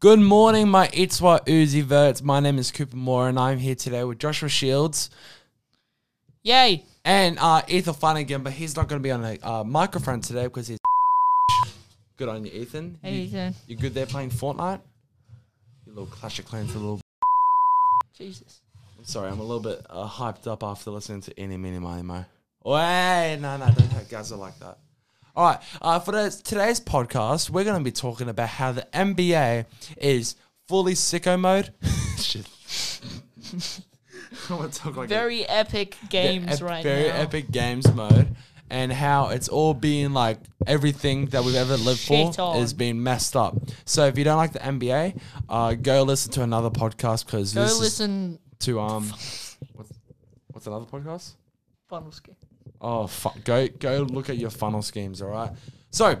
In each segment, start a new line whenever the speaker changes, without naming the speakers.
Good morning, my Itzwa Uzi Verts. My name is Cooper Moore, and I'm here today with Joshua Shields
Yay.
and uh, Ethan Flanagan, but he's not going to be on a uh, microphone today because he's. Good on you, Ethan.
Hey,
You-
Ethan.
You good there playing Fortnite? You little Clash of Clans, a little.
Jesus.
I'm sorry, I'm a little bit uh, hyped up after listening to Any Mini Money Mo. Wait, no, no, don't hurt guys are like that. All right, uh, for this, today's podcast, we're going to be talking about how the NBA is fully sicko mode. Shit. I want to talk like a-
Very epic
yeah,
games
ep-
right
very
now.
epic games mode. And how it's all being like everything that we've ever lived
Shit
for is
on.
being messed up. So if you don't like the NBA, uh, go listen to another podcast because
Go
this is
listen
to um what's, what's another podcast?
funnel skin.
Oh fuck go go look at your funnel schemes, all right? So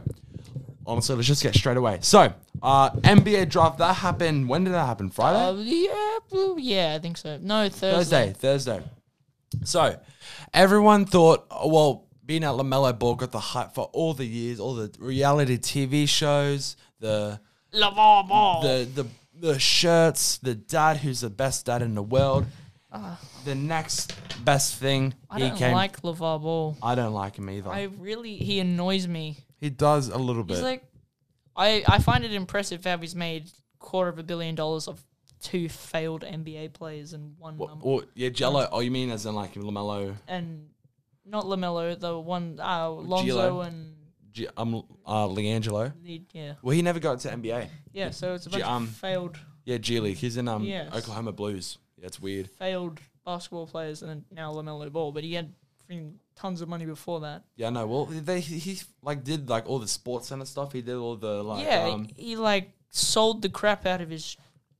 honestly, let's just get straight away. So uh NBA draft that happened when did that happen?
Uh,
Friday?
yeah, blue, yeah, I think so. No, Thursday.
Thursday, Thursday. So everyone thought oh, well, being at LaMelo Ball got the hype for all the years, all the reality TV shows, the
Lavar Ball.
the the the shirts, the dad who's the best dad in the world. the next best thing
Ah. I
he
don't
came
like Lavar Ball.
I don't like him either.
I really, he annoys me.
he does a little bit.
He's like, I, I find it impressive how he's made quarter of a billion dollars of two failed NBA players and one
Wha-
number.
or, yeah, Jello. Oh, you mean as in like Lamelo?
And not LaMelo, the one, uh, Lonzo
Gilo.
and,
G- um, uh, Leangelo.
the, yeah.
Well, he never got to NBA.
Yeah, so it's a bunch
um,
of failed
Yeah, G League. He's in um
Yes.
Oklahoma Blues. That's weird.
failed basketball players and then now LaMelo Ball, but he had freaking tons of money before that.
Yeah, no. Well, they he, he like did like all the sports center stuff. He did all the like.
yeah,
Um,
he, he, like sold the crap out of his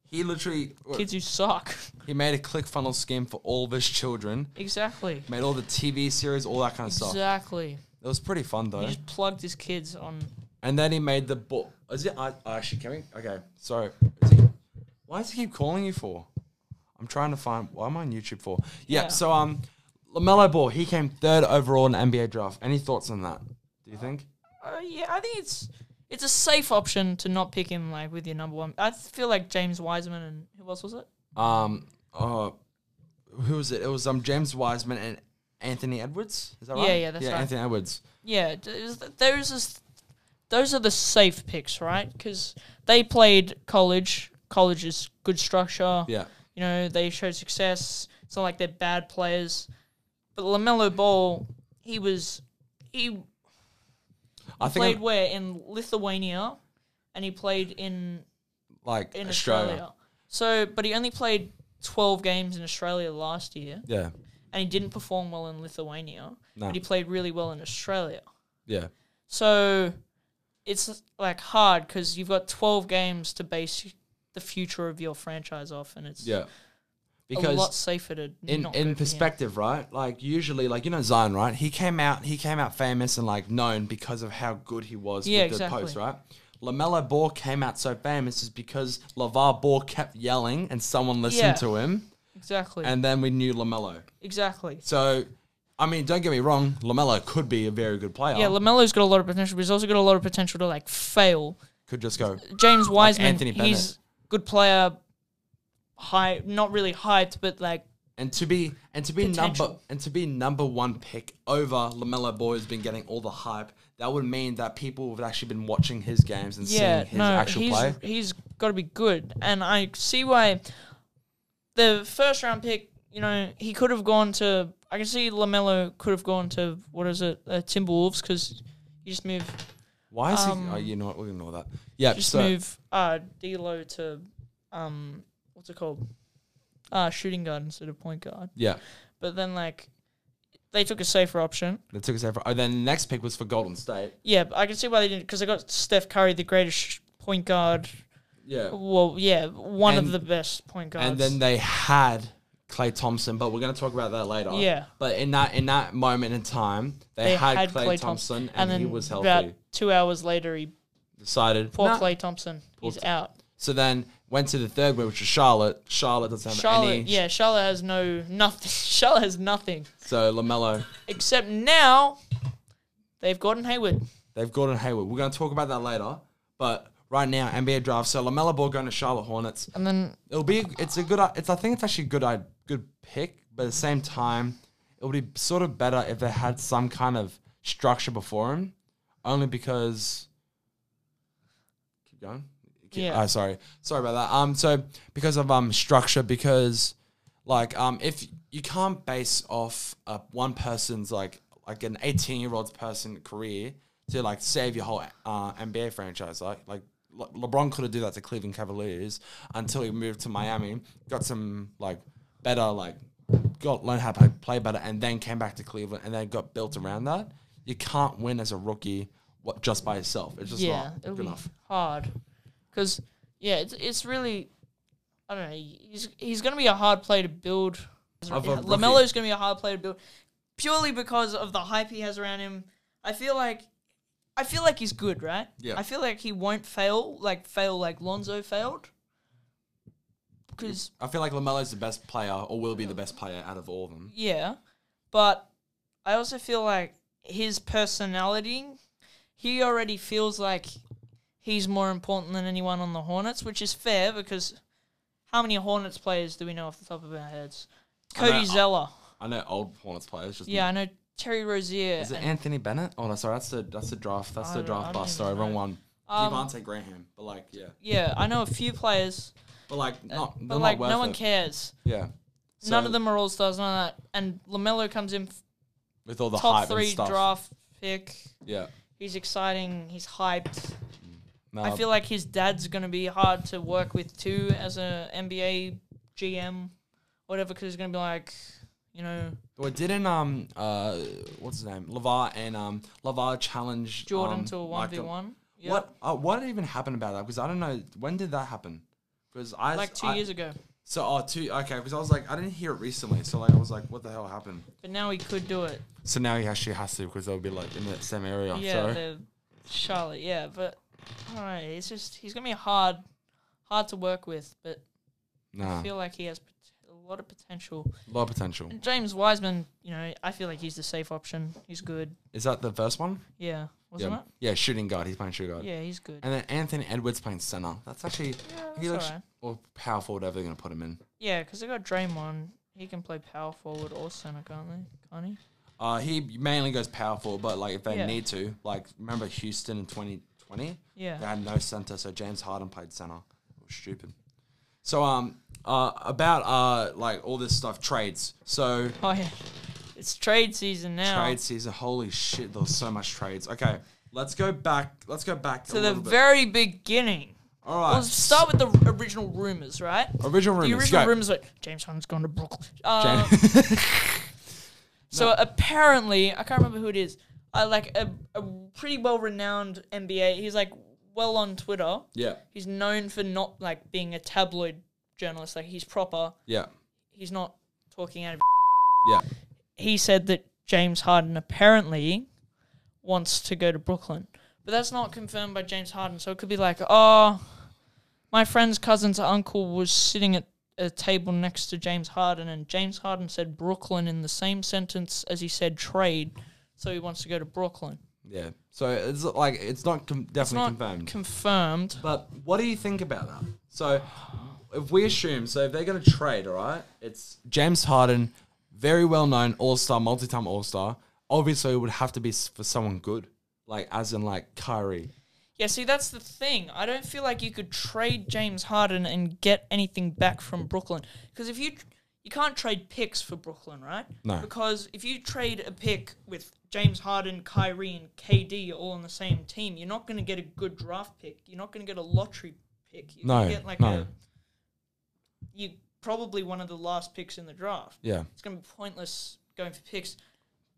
he literally
kids who suck.
he made a click funnel scheme for all of his children.
exactly.
Made all the TV series, all that kind of stuff.
Exactly.
It was pretty fun
He
though.
just plugged his kids on.
And then he made the ball. Is it? I actually can we? Okay, sorry. Is he, why does he keep calling you for? I'm trying to find. Why am I on YouTube for? Yeah.
Yeah.
So um, Lamelo Ball. He came third overall in the NBA draft. Any thoughts on that? Do you think?
Uh, yeah, I think it's it's a safe option to not pick him like with your number one. I feel like James Wiseman and who else was it?
Um. Uh, who was it? It was um James Wiseman and Anthony Edwards. Is that
Yeah,
right?
yeah, that's
yeah,
right.
Anthony Edwards.
Yeah, d- is th- those is those are the safe picks, right? Because they played college. College is good structure.
Yeah.
You know, they showed success. It's not like they're bad players. But LaMelo Ball, he was he
I think
played
I'm-
where in Lithuania and he played in
like
in
Australia.
Australia. So, but he only played 12 games in Australia last year
Yeah.
and he didn't perform well in Lithuania,
No.
but he played really well in Australia.
Yeah.
So, it's like hard cuz you've got 12 games to base the future of your franchise off and it's
Yeah.
a
Because
lot safer to
in in
not go for him.
perspective, right? Like usually, like you know Zion, right? He came out he came out famous and like known because of how good he was
Yeah,
with
exactly.
the post, right? Lamelo Ball came out so famous is because Lavar Ball kept yelling and someone listened
Yeah.
to him,
Exactly.
and then we knew Lamelo.
exactly.
So, I mean, don't get me wrong, Lamelo could be a very good player.
Yeah, Lamelo's got a lot of potential, but he's also got a lot of potential to like fail.
could just go.
James Wiseman,
Anthony Bennett.
he's good player, high, not really hyped, but like
And to be and to be number
Potential.
and to be number one pick over Lamelo Ball has been getting all the hype. That would mean that people have actually been watching his games and
yeah,
seeing his
no,
actual
he's
play.
he's got to be good, and I see why the first round pick. You know, he could have gone to. I can see Lamelo could have gone to what is it, uh, Timberwolves, because you just move,
Why is
Um,
he? Oh, you know what? We'll ignore that. Yeah.
just
so
move uh, D'Lo to, um, what's it called, uh, shooting guard instead of point guard.
yeah,
But then like they took a safer option.
that took us over. Oh, then the next pick was for Golden State.
Yeah, but I can see why they didn't because they got Steph Curry, the greatest sh- point guard.
Yeah.
Well, yeah, Oh, one
And-
of the best point guards.
And then they had Clay Thompson, but we're gonna talk about that later.
Yeah.
But in that in that moment in time, they,
They
had,
had
Clay,
Klay
Thompson,
Thompson,
and,
then
he was healthy.
about two hours later, he
Decided.
poor
nah.
Clay Thompson, he's out.
So then went to the third one, which was Charlotte. Charlotte doesn't have
Charlotte,
any.
yeah, Charlotte has no nothing. Charlotte has nothing
So Lamelo,
except now they've Gordon Hayward.
they've Gordon Hayward. We're gonna talk about that later. But right now, NBA draft. So Lamella Ball going to Charlotte Hornets.
And then
It'll be it's a good it's I think it's actually a good i- good pick, but at the same time, it would be sort of better if they had some kind of structure before him, only because. Keep going. Keep-
Yeah.
Oh, sorry, sorry about that. Um, so because of um structure, because like um if you can't base off uh, one person's like like an eighteen year old's person career to like save your whole uh, NBA franchise, like like. Le- LeBron couldn't do that to Cleveland Cavaliers until he moved to Miami, got some like better like got learned how to play- play better, and then came back to Cleveland and then got built around that. You can't win as a rookie what, just by yourself. It's just
yeah,
not
it'll
good
be
enough.
hard. Because yeah, it's it's really I don't know. He's he's gonna be a hard play to build.
Of a
Lamelo's gonna be a hard play to build purely because of the hype he has around him. I feel like I feel like he's good, right?
Yeah.
I feel like he won't fail, like fail like Lonzo failed. Because
I feel like Lamelo's the best player, or will be the best player out of all of them.
Yeah, but I also feel like his personality, he already feels like he's more important than anyone on the Hornets, which is fair because how many Hornets players do we know off the top of our heads?
I know-
Cody Zeller.
I know old Hornets players. Just
Yeah, I know Terry Rozier.
Is it
and-
Anthony Bennett? Oh no, sorry, that's the that's the draft. That's
I
the
don't- Oh, I
draft
don't
bust.
even
Sorry, wrong
know.
one.
Um,
Devontae Graham, but like yeah,
yeah, I know a few players,
but like not, they're
uh, but like
not worth
no one
it.
cares.
Yeah, So,
none of them are all stars, none of that. And Lamelo comes in f-
with all the
top
hype and
three
stuff.
draft pick.
Yeah,
He's exciting. He's hyped.
no,
I feel like his dad's going to be hard to work with too as a NBA GM, whatever, because he's going to be like, you know,
Well, didn't um uh what's his name Lavar and um Lavar challenge
Jordan
um,
to a one
like,
v one.
What uh, what even happened about that? Because I don't know when did that happen. Because I
Like two
I-
years ago,
So oh two okay because I was like I didn't hear it recently. So like I was like what the hell happened?
but now he could do it.
So now he actually has to because they'll be like in the same area.
Yeah,
so
the Charlotte. Yeah, but I don't know. It's just he's going to be hard, hard to work with. But
nah,
I feel like he has pot- a lot of potential.
a lot of potential.
And James Wiseman, you know, I feel like he's the safe option. He's good.
Is that the first one?
Yeah, wasn't
yeah, yeah, shooting guard. He's playing shooting guard.
it? Yeah, he's good.
And then Anthony Edwards playing center. That's actually
Yeah,
he
that's
looks
alright.
or power forward, whatever they're gonna put him in.
Yeah, because they got Draymond. He can play power forward or center, can't they? Can't he?
Uh, he mainly goes powerful, but like if they
Yeah.
need to, like remember Houston in 2020,
Yeah.
they had no center, so James Harden played center. It was stupid. So um, uh, about uh, like all this stuff trades. So
Oh yeah. It's trade season now.
trade season. Holy shit, there was so much trades. Okay, let's go back. Let's go back
to
a
the
little bit.
very beginning.
all right.
We'll start with the original rumors, right?
original
The
rumors.
original
go.
rumors like James Harden's gone to Brooklyn. Uh,
James-
So apparently, I can't remember who it is. Uh, like a, a pretty well-renowned NBA. He's like well on Twitter.
yeah,
He's known for not like being a tabloid journalist. Like he's proper.
yeah,
He's not talking out of
yeah.
he said that James Harden apparently wants to go to Brooklyn. But that's not confirmed by James Harden. So it could be like, oh, my friend's cousin's uncle was sitting at a table next to James Harden, and James Harden said Brooklyn in the same sentence as he said trade. So he wants to go to Brooklyn.
Yeah. So it's like it's not com- definitely
It's not
confirmed.
confirmed.
But what do you think about that? So, if we assume, so if they're going to trade, all right, it's James Harden, very well known All Star, multi time All Star. Obviously, it would have to be s- for someone good, like as in like Kyrie.
Yeah, see, that's the thing. I don't feel like you could trade James Harden and get anything back from Brooklyn because if you you can't trade picks for Brooklyn, right?
No.
Because if you trade a pick with James Harden, Kyrie, and KD all on the same team, you're not going to get a good draft pick. You're not going to get a lottery pick. You're
No,
gonna get like
no.
a you probably one of the last picks in the draft.
Yeah,
It's going to be pointless going for picks.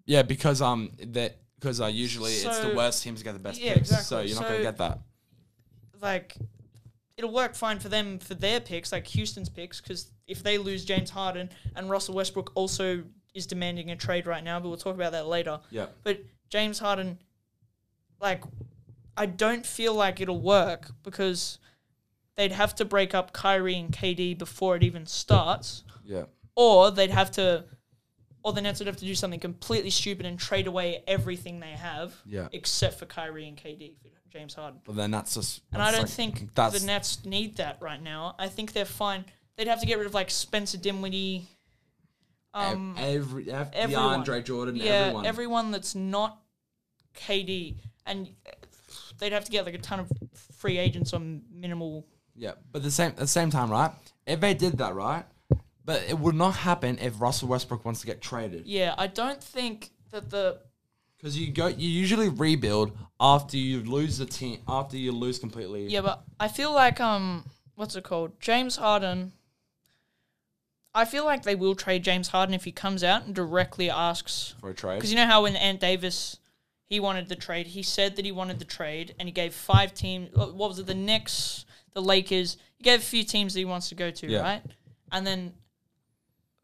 yeah, because um that because uh, usually it's the
So-
worst teams get the best
Yeah,
picks, so
exactly.
you're not going
So-
to get that.
like it'll work fine for them for their picks, like Houston's picks, because if they lose James Harden and Russell Westbrook also is demanding a trade right now, but we'll talk about that later.
Yeah,
But James Harden, like, I don't feel like it'll work because they'd have to break up Kyrie and KD before it even starts,
yeah,
or they'd have to or the Nets would have to do something completely stupid and trade away everything they have,
Yeah.
except for Kyrie and KD for James Harden.
But then that's just.
And I
that's
don't
like-
think
that's
the Nets need that right now. I think they're fine. They'd have to get rid of like Spencer Dinwiddie,
ev-
um,
every, ev-
everyone.
DeAndre Jordan,
yeah,
everyone.
that's not KD, and they'd have to get like a ton of free agents on minimal.
yeah, but the same at the same time, right? If they did that, right? But it would not happen if Russell Westbrook wants to get traded.
Yeah, I don't think that the
Because you go, you usually rebuild after you lose the team, after you lose completely.
Yeah, but I feel like um, what's it called? James Harden. I feel like they will trade James Harden if he comes out and directly asks.
for a trade.
Because you know how when Ant Davis, he wanted the trade. He said that he wanted the trade, and he gave five teams. uh, What was it? The Knicks, the Lakers. He gave a few teams that he wants to go to,
Yeah.
right? And then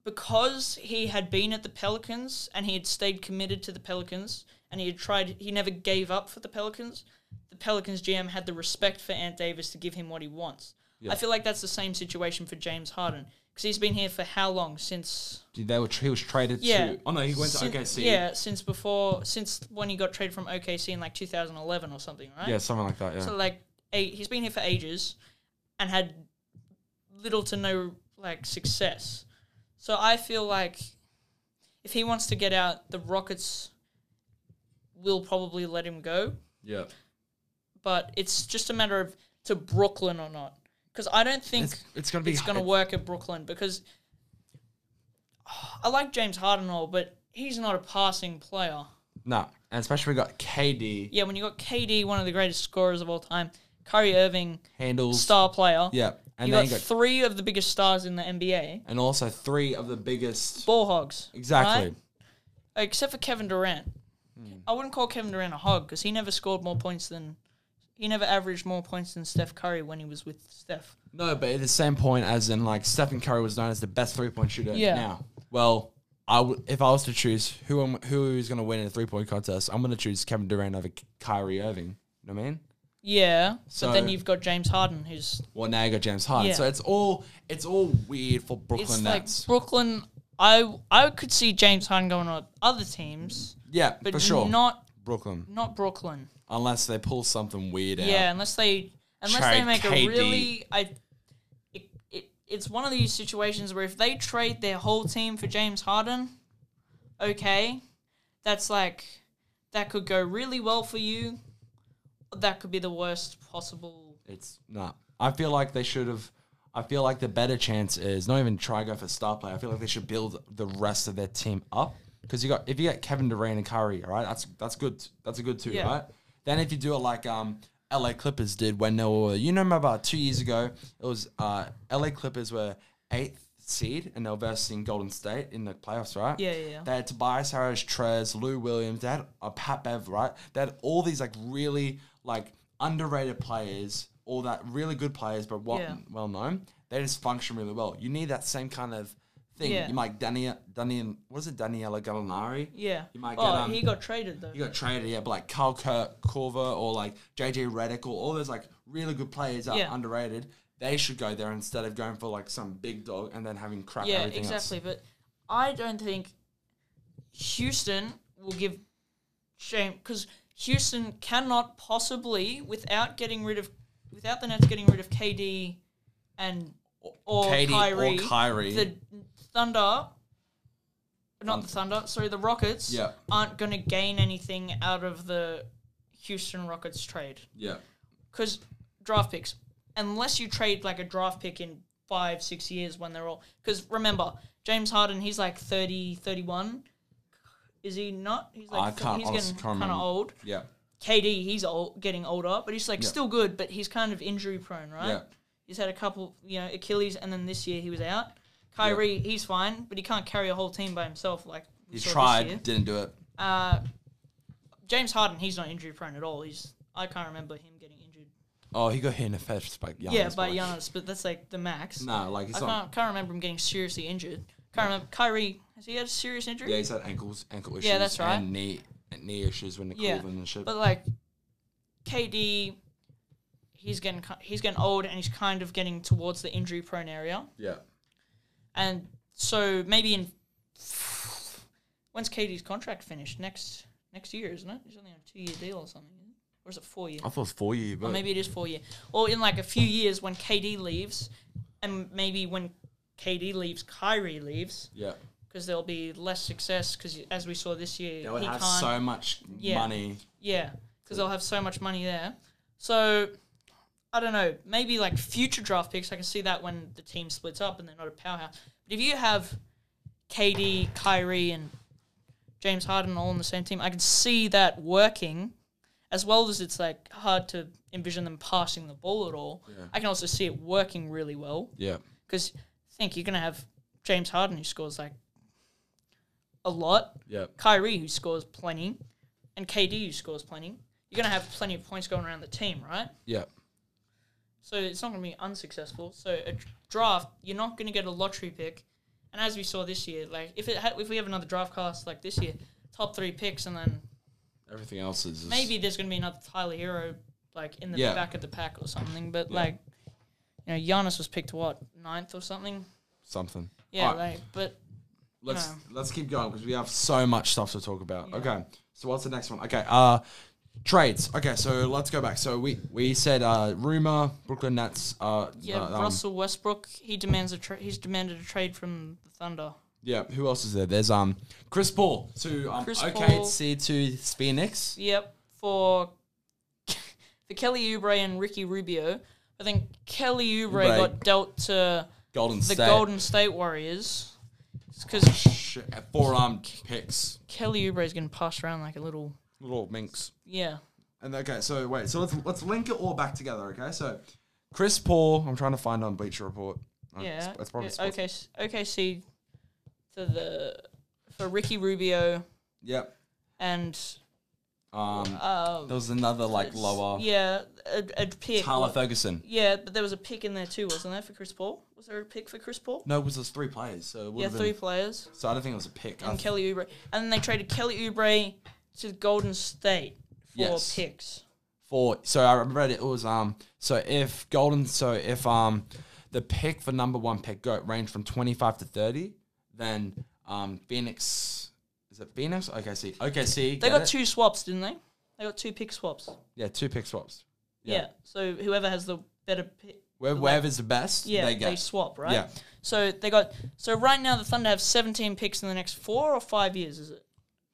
because he had been at the Pelicans and he had stayed committed to the Pelicans and he had tried, he never gave up for the Pelicans. The Pelicans GM had the respect for Ant Davis to give him what he wants. I feel like that's the same situation for James Harden because he's been here for how long since
Dude, they were he was traded
yeah.
to. Oh no, he went
Sin-
to OKC.
Yeah, since before, since when he got traded from OKC in like 2011 or something, right?
yeah, something like that. Yeah,
So like, eight, he's been here for ages, and had little to no like success. So I feel like if he wants to get out, the Rockets will probably let him go.
yeah.
But it's just a matter of to Brooklyn or not, because I don't think
It's, it's gonna be.
it's going to work at Brooklyn because I like James Harden and all, but he's not a passing player.
No, and especially we got KD
Yeah, when you got KD, one of the greatest scorers of all time, Kyrie Irving,
handles.
star player.
Yeah, and
you
then
got
you got
three of the biggest stars in the NBA.
and also three of the biggest.
Ball hogs.
Exactly. Hmm.
right? Except for Kevin Durant. I wouldn't call Kevin Durant a hog because he never scored more points than. He never averaged more points than Steph Curry when he was with Steph.
No, but at the same point as in like Stephen Curry was known as the best three point shooter
Yeah.
now. Well, I w- if I was to choose who I'm, who is going to win in a three point contest, I'm going to choose Kevin Durant over K- Kyrie Irving. You know what I mean?
Yeah,
So-
but then you've got James Harden, who's
Well, now you got James Harden.
Yeah.
So it's all it's all weird for Brooklyn
it's
Nets.
like Brooklyn. I I could see James Harden going on other teams,
yeah,
but
for sure.
not
Brooklyn,
not Brooklyn.
unless they pull something weird
Yeah,
out.
unless they unless
Trade
they make
KD.
a really I. It, it, it's one of these situations where if they trade their whole team for James Harden, okay, that's like that could go really well for you. or That could be the worst possible.
It's not. I feel like they should have. I feel like the better chance is not even try go for star play. I feel like they should build the rest of their team up because you got if you get Kevin Durant and Curry, all right, that's that's good. That's a good two,
Yeah.
right? Then if you do it like um LA Clippers did when they were, you know, about two years ago, it was uh LA Clippers were eighth seed and they were versing Golden State in the playoffs, right?
Yeah, yeah, yeah.
They had Tobias Harris, Trez, Lou Williams. They had a Pat Bev, right? They had all these like really like underrated players, all that really good players, but well,
Yeah.
well known. They just function really well. You need that same kind of thing.
Yeah.
You might Danny, Danny, was it Daniela Gallinari?
Yeah.
You might
oh,
get, um,
he got traded though.
You got traded, yeah, but like Kyle Kirk, Corver, or like JJ Redick, or all those like really good players that
Yeah.
are underrated. They should go there instead of going for like some big dog and then having crap
Yeah,
everything
exactly.
else.
But I don't think Houston will give shame because Houston cannot possibly, without getting rid of, without the Nets getting rid of KD and or
KD
Kyrie,
or Kyrie.
the Thunder. Not the Thunder, sorry, the Rockets
Yeah.
aren't going to gain anything out of the Houston Rockets trade
yeah.
because draft picks, unless you trade like a draft pick in five, six years when they're all. Because remember, James Harden, he's like 30, 31. Is he not? He's like
I
th-
can't
he's
honestly can't
getting kind of
remember.
old.
Yeah.
KD, he's old, getting older, but he's like
Yeah.
still good, but he's kind of injury prone, right?
Yeah.
He's had a couple, you know, Achilles, and then this year he was out. Kyrie, he's fine, but he can't carry a whole team by himself. Like we
He
saw this year.
tried, didn't do it.
Uh, James Harden, he's not injury prone at all. He's I can't remember him getting injured
Oh, he got hit in the first by Giannis.
Yeah, by
boy.
Giannis, but that's like the max.
No, like
I
he's not.
can't, can't remember him getting seriously injured. Can't remember. Kyrie, has he had a serious injury?
Yeah, he's had ankles, ankle issues,
that's right.
and knee and knee issues when the
Yeah,
Cleveland and shit.
But like, KD, he's getting ki- he's getting old and he's kind of getting towards the injury prone area,
yeah,
and so maybe in When's KD's contract finished? Next next year, isn't it? He's only on a two year deal or something, isn't it? or is it four year?
I thought it was four year, but
Or maybe it is four year. Or in like a few years when KD leaves, and maybe when KD leaves, Kyrie leaves
yeah,
because there'll be less success. Because as we saw this year,
they would
he
have
can't.
so much
Yeah.
money.
Yeah, because they'll have so much money there. So I don't know. Maybe like future draft picks, I can see that when the team splits up and they're not a powerhouse. But if you have KD, Kyrie, and James Harden all on the same team, I can see that working. As well as it's like hard to envision them passing the ball at all. I can also see it working really well
Yeah,
because think you're gonna have James Harden who scores like a lot,
yeah,
Kyrie, who scores plenty, and KD, who scores plenty, you're going to have plenty of points going around the team, right?
yeah,
So it's not going to be unsuccessful. So a dr- draft, you're not going to get a lottery pick. And as we saw this year, like if it ha- if we have another draft class like this year, top three picks, and then
everything else is just,
maybe there's going to be another Tyler Hero like in the
Yeah.
back of the pack or something. But
Yeah.
like, you know, Giannis was picked what ninth or something.
something.
Yeah,
All right.
like but
let's
No.
let's keep going because we have so much stuff to talk about. Okay, so what's the next one? Okay, uh, trades. Okay, so let's go back. So we we said uh, rumor Brooklyn Nets. Uh,
yeah,
uh, um,
Russell Westbrook he demands a tra- he's demanded a trade from the Thunder.
yeah. Who else is there? There's um Chris Paul to um,
Chris
OKC to Phoenix.
Yep, for for Kelly Oubre and Ricky Rubio. I think Kelly Oubre
Oubre.
got dealt to
Golden
the
State.
Golden State Warriors because
Shit, forearm picks.
Kelly Oubre is getting passed around like a little
Little minx.
yeah.
And okay, so wait, so let's let's link it all back together. Okay, so Chris Paul. I'm trying to find on Bleacher Report. Uh,
Yeah.
it's, it's probably
yeah, okay. OKC to the for Ricky Rubio
Yep.
and
Um,
um
there was another like
it's-
lower.
Yeah, a, a pick.
Tyler Ferguson.
yeah, but there was a pick in there too, wasn't there, for Chris Paul? Was there a pick for Chris Paul?
No, it was just three players. So it would
Yeah,
have
three
Been,
players.
so I don't think it was a pick. I
and
th-
Kelly Oubre, and then they traded Kelly Oubre to Golden State for
Yes.
picks.
for so I read it, it was um so if Golden so if um the pick for number one pick go range from twenty five to thirty, then um Phoenix is it Phoenix? OKC. OKC.
They
get
got
it?
two swaps, didn't they? They got two pick swaps.
Yeah, two pick swaps.
Yeah. So whoever has the better pick,
Where, wherever's the best,
yeah,
they
they,
get.
swap, right?
Yeah.
So they got. So right now the Thunder have 17 picks in the next four or five years, is it?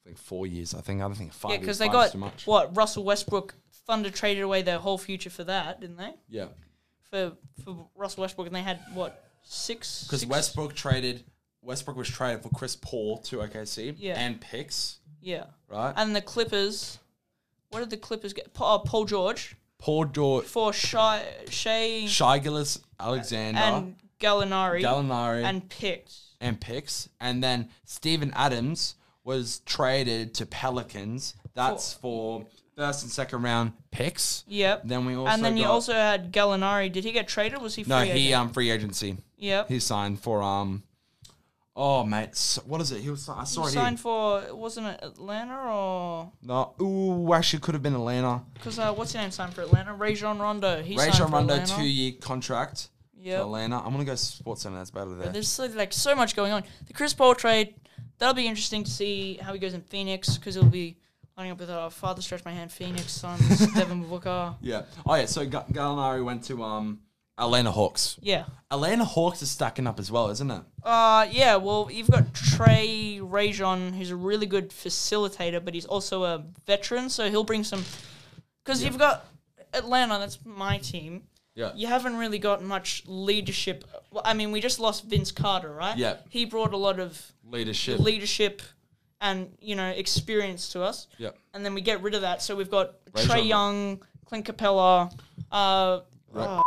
I think four years. I think I don't think five.
Yeah,
because
because they
too
got
much.
what Russell Westbrook. Thunder traded away their whole future for that, didn't they?
Yeah,
For for Russell Westbrook, and they had what six?
because
six-
Westbrook traded. Westbrook was traded for Chris Paul to OKC
Yeah.
and picks,
Yeah.
right?
And the Clippers. What did the Clippers get? Pa- oh, Paul George.
Paul George,
for Shy, Shea
Shigilis, Alexander,
and Gallinari,
Gallinari, and,
and picked.
picks, and then Stephen Adams was traded to Pelicans. That's for first and second round picks.
Yep.
Then we also
and then you
got-
also had Gallinari. Did he get traded? Was he free?
no he
agent?
um free agency.
yep.
He signed for um. Oh mate, s- what is it? He was I saw
He
it
signed
here.
for wasn't it Atlanta or
No, ooh, actually could have been Atlanta.
because uh, what's his name signed for Atlanta? Rajon Rondo. He signed
Rachel
for
Rondo,
Atlanta.
two year contract
Yep.
to Atlanta. I'm gonna go Sports Center. That's better there.
There's so, like so much going on. The Chris Paul trade. That'll be interesting to see how he goes in Phoenix because it'll be lining up with our father stretch my hand Phoenix Suns Devin Booker.
Yeah. Oh yeah. So Ga- Gallinari went to um Atlanta Hawks.
Yeah.
Atlanta Hawks is stacking up as well, isn't it?
Uh, yeah. Well, you've got Trey Rajon, who's a really good facilitator, but he's also a veteran, so he'll bring some. Because you've got Atlanta, that's my team.
Yeah.
You haven't really got much leadership. Well, I mean, we just lost Vince Carter, right?
Yeah.
He brought a lot of
Leadership.
leadership and you know experience to us.
yeah.
And then we get rid of that, so we've got Trey
Rajon.
Young, Clint Capella. Uh,
Right.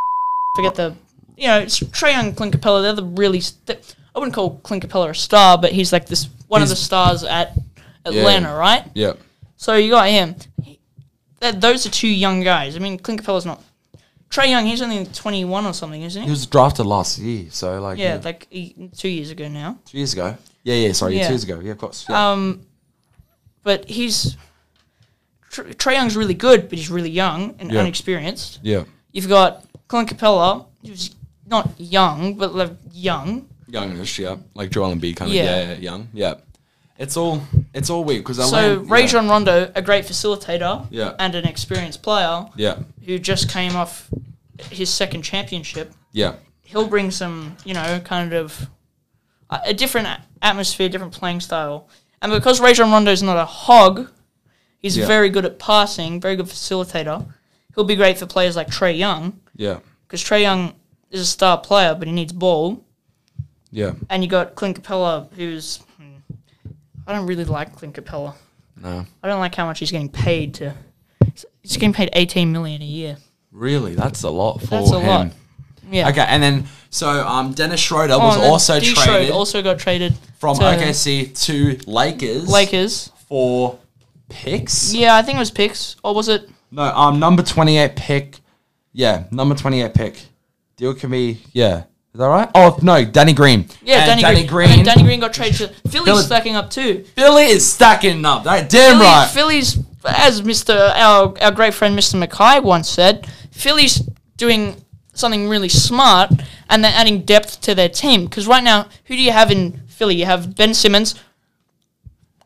forget the you know it's Trey Young, Clint Capella. They're the really st- I wouldn't call Clint Capella a star, but he's like this one of the
He's-
stars at Atlanta, right?
Yeah.
So you got him. He- that- those are two young guys. I mean, Clint Capella's not Trey Young. He's only twenty one or something, isn't
He
he?
was drafted last year, so like
Yeah, like he, two years ago now.
two years ago. Yeah, yeah. Sorry,
Yeah.
two years ago. Yeah, of course. Yeah.
Um, but he's Tr- Trey Young's really good, but he's really young and
Yeah.
unexperienced.
yeah.
You've got Clint Capella, who's not young, but like young.
Youngish, yeah. Like Joel Embiid, kind
Yeah.
young. Yeah. It's all It's all weird because I
So
learned-
Rajon Rondo, a great facilitator
Yeah.
and an experienced player
Yeah.
who just came off his second championship,
Yeah.
he'll bring some, you know, kind of uh, a, a different a- atmosphere, different playing style. And because Rajon Rondo's not a hog, he's
Yeah.
very good at passing, very good facilitator. He'll be great for players like Trey Young
Yeah.
because Trey Young is a star player, but he needs ball.
Yeah.
And you got Clint Capella, who's hmm, I don't really like Clint Capella.
No.
I don't like how much he's getting paid to. He's getting paid eighteen million a year.
Really, that's a lot for
That's a
him.
lot. Yeah.
Okay, and then so um, Dennis Schroeder
Oh,
was
and then
also
D. Schroeder
traded
Also got traded
from
to
OKC to Lakers.
Lakers.
for picks.
Yeah, I think it was picks, or was it?
No, um, number twenty-eight pick. Yeah, number twenty-eight pick. Deal can be yeah. Is that right? Oh no, Danny Green.
Yeah,
And
Danny, Green. And then Danny Green got traded to Philly's
Philly-
stacking up too.
Philly is stacking up. That damn
Philly,
right.
Philly's, as Mr. Our, our great friend Mr. Mackay once said, Philly's doing something really smart and they're adding depth to their team. Because right now, who do you have in Philly? You have Ben Simmons,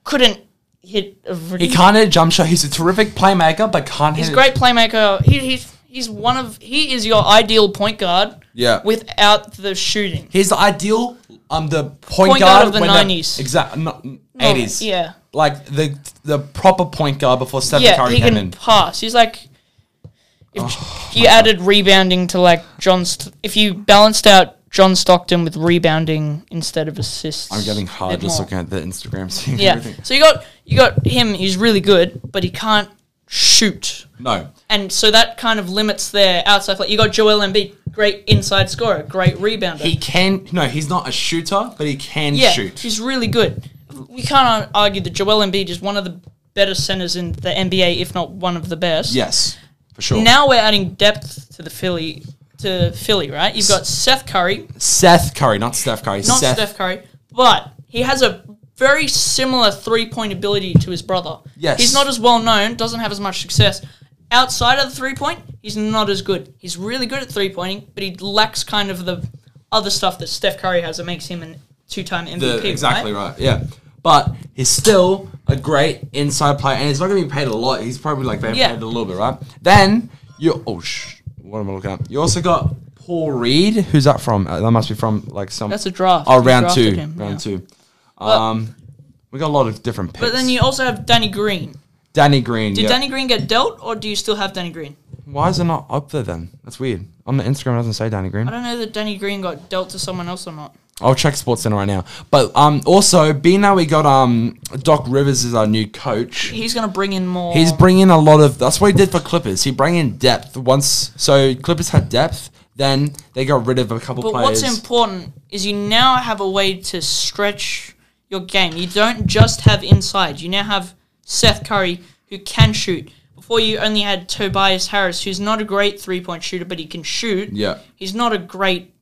couldn't hit a
he can't hit a jump shot. He's a terrific playmaker, but can't
He's a
hit.
great playmaker. He, he's, he's one of, he is your ideal point guard
Yeah.
without the shooting.
He's the ideal um the point,
Point guard
guard
of the
when
90s.
Exactly, eighties.
yeah.
like the the proper point guard before Stephen
yeah,
Curry
he
came
can
in.
pass. He's like, if
Oh,
you added rebounding to like John, St- if you balanced out John Stockton with rebounding instead of assists,
I'm getting
a
hard
bit
just
more.
looking at the Instagram seeing
Yeah,
everything.
so you got you got him. He's really good, but he can't shoot,
No,
and so that kind of limits their outside play. You got Joel Embiid, great inside scorer, great rebounder.
he can. No, he's not a shooter, but he can
yeah,
shoot.
he's really good. We can't argue that Joel Embiid is one of the better centers in the NBA, if not one of the best.
Yes, for sure.
now we're adding depth to the Philly to Philly, right? You've got Seth Curry,
Seth Curry, not Steph Curry.
not
Seth.
Steph Curry, but he has a very similar three-point ability to his brother.
Yes.
he's not as well known, doesn't have as much success. Outside of the three-point, he's not as good. He's really good at three-pointing, but he lacks kind of the other stuff that Steph Curry has that makes him a two-time MVP.
The-
right?
exactly right. Yeah, but he's still a great inside player, and he's not going to be paid a lot. He's probably like being
Yeah.
paid a little bit, right? Then you. Oh sh! What am I looking at? You also got Paul Reed. Who's that from? Uh, that must be from like some.
That's a draft.
Oh,
You
round
drafted
two.
him,
round
yeah.
two. Um, we got a lot of different picks.
But then you also have Danny Green.
Danny Green.
Did
Um, yeah.
Danny Green get dealt, or do you still have Danny Green?
Why is it not up there then? That's weird. On the Instagram, it doesn't say Danny Green.
I don't know that Danny Green got dealt to someone else or not.
I'll check Sports Center right now. But um, also, being that we got um Doc Rivers as our new coach,
He's gonna bring in more.
he's bringing a lot of. That's what he did for Clippers. He bring in depth once. So Clippers had depth. Then they got rid of a couple
but
players.
what's important is you now have a way to stretch your game. You don't just have inside. You now have Seth Curry who can shoot. Before you only had Tobias Harris, who's not a great three-point shooter, but he can shoot.
Yeah.
he's not a great.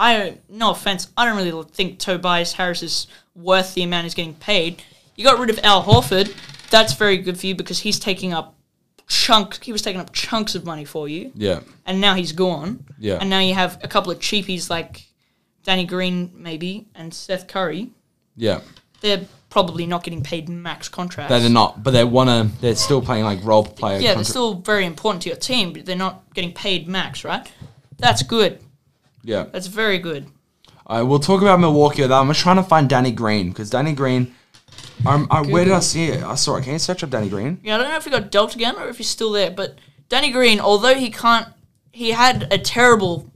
I no offense, I don't really think Tobias Harris is worth the amount he's getting paid. You got rid of Al Horford. That's very good for you because he's taking up chunks. He was taking up chunks of money for you
yeah,
and now he's gone.
Yeah.
And now you have a couple of cheapies like Danny Green, maybe, and Seth Curry.
yeah.
They're probably not getting paid max contracts.
They're not, but they wanna. They're still playing like role player.
yeah, they're
contra-
still very important to your team, but they're not getting paid max, right? That's good.
yeah.
That's very good.
All right, we'll talk about Milwaukee. Though. I'm just trying to find Danny Green because Danny Green. Um, I, where did I see it? I saw it. Can you search up Danny Green?
Yeah, I don't know if he got dealt again or if he's still there, but Danny Green, although he can't, he had a terrible,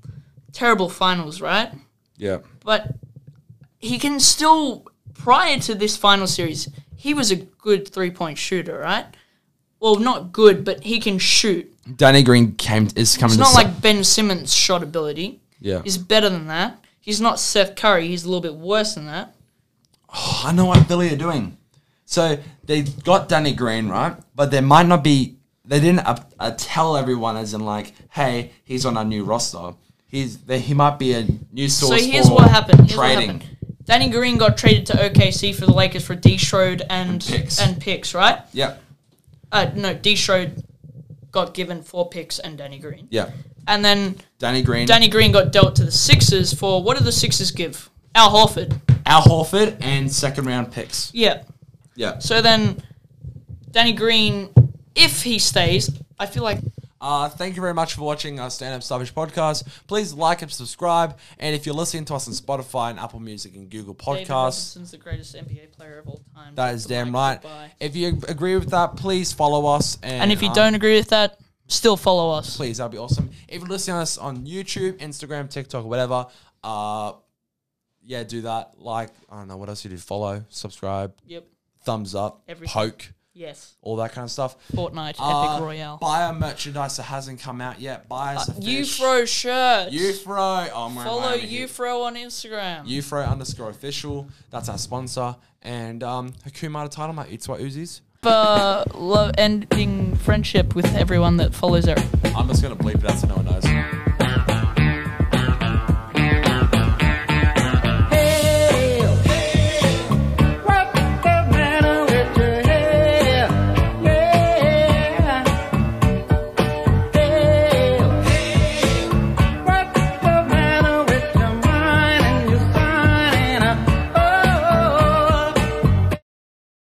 terrible finals, right?
Yeah.
but he can still prior to this final series he was a good three-point shooter right well not good but he can shoot
Danny Green came is coming.
it's
to
not
se-
like ben simmons shot ability
yeah.
he's better than that he's not seth curry he's a little bit worse than that
I know what Philly are doing. So they got Danny Green, right? But there might not be. They didn't uh, uh, tell everyone, as in like, hey, he's on our new roster. He's there, he might be a new source.
so here's
for
what happened here's what
trading.
happened danny green got traded to okc for the lakers for d Schrode and, and
picks.
picks, right
Yep.
uh, no d Schrode got given four picks and danny green
Yeah.
and then
Danny Green.
Danny Green got dealt to the Sixers for what did the Sixers give? Al Horford.
Al Horford and second round picks.
Yeah.
Yeah.
So then, Danny Green, if he stays, I feel like
Uh, thank you very much for watching our Stand Up Starfish podcast. Please like and subscribe. And if you're listening to us on Spotify and Apple Music and Google
David
Podcasts,
Robinson's the greatest NBA player of all time.
that is damn
Goodbye,
right.
goodbye.
If you agree with that, please follow us. And,
And if you
um,
don't agree with that, still follow us.
please, that'd be awesome. If you're listening to us on YouTube, Instagram, TikTok, whatever, uh, yeah, do that. Like, I don't know what else you do. Follow, subscribe,
Yep.
thumbs up,
Everything.
poke,
Yes.
all that kind of stuff.
Fortnite,
Uh,
Epic Royale.
Buy our merchandise that hasn't come out yet. Buy us a fish.
Ufro shirts.
Ufro. Oh, my
Follow
Miami Heat.
Ufro on Instagram.
Ufro underscore official. That's our sponsor. And um, Hakumata title, mate. It's what Uzis.
but love ending friendship with everyone that follows our
I'm just going to bleep it out so no one knows.
Oh,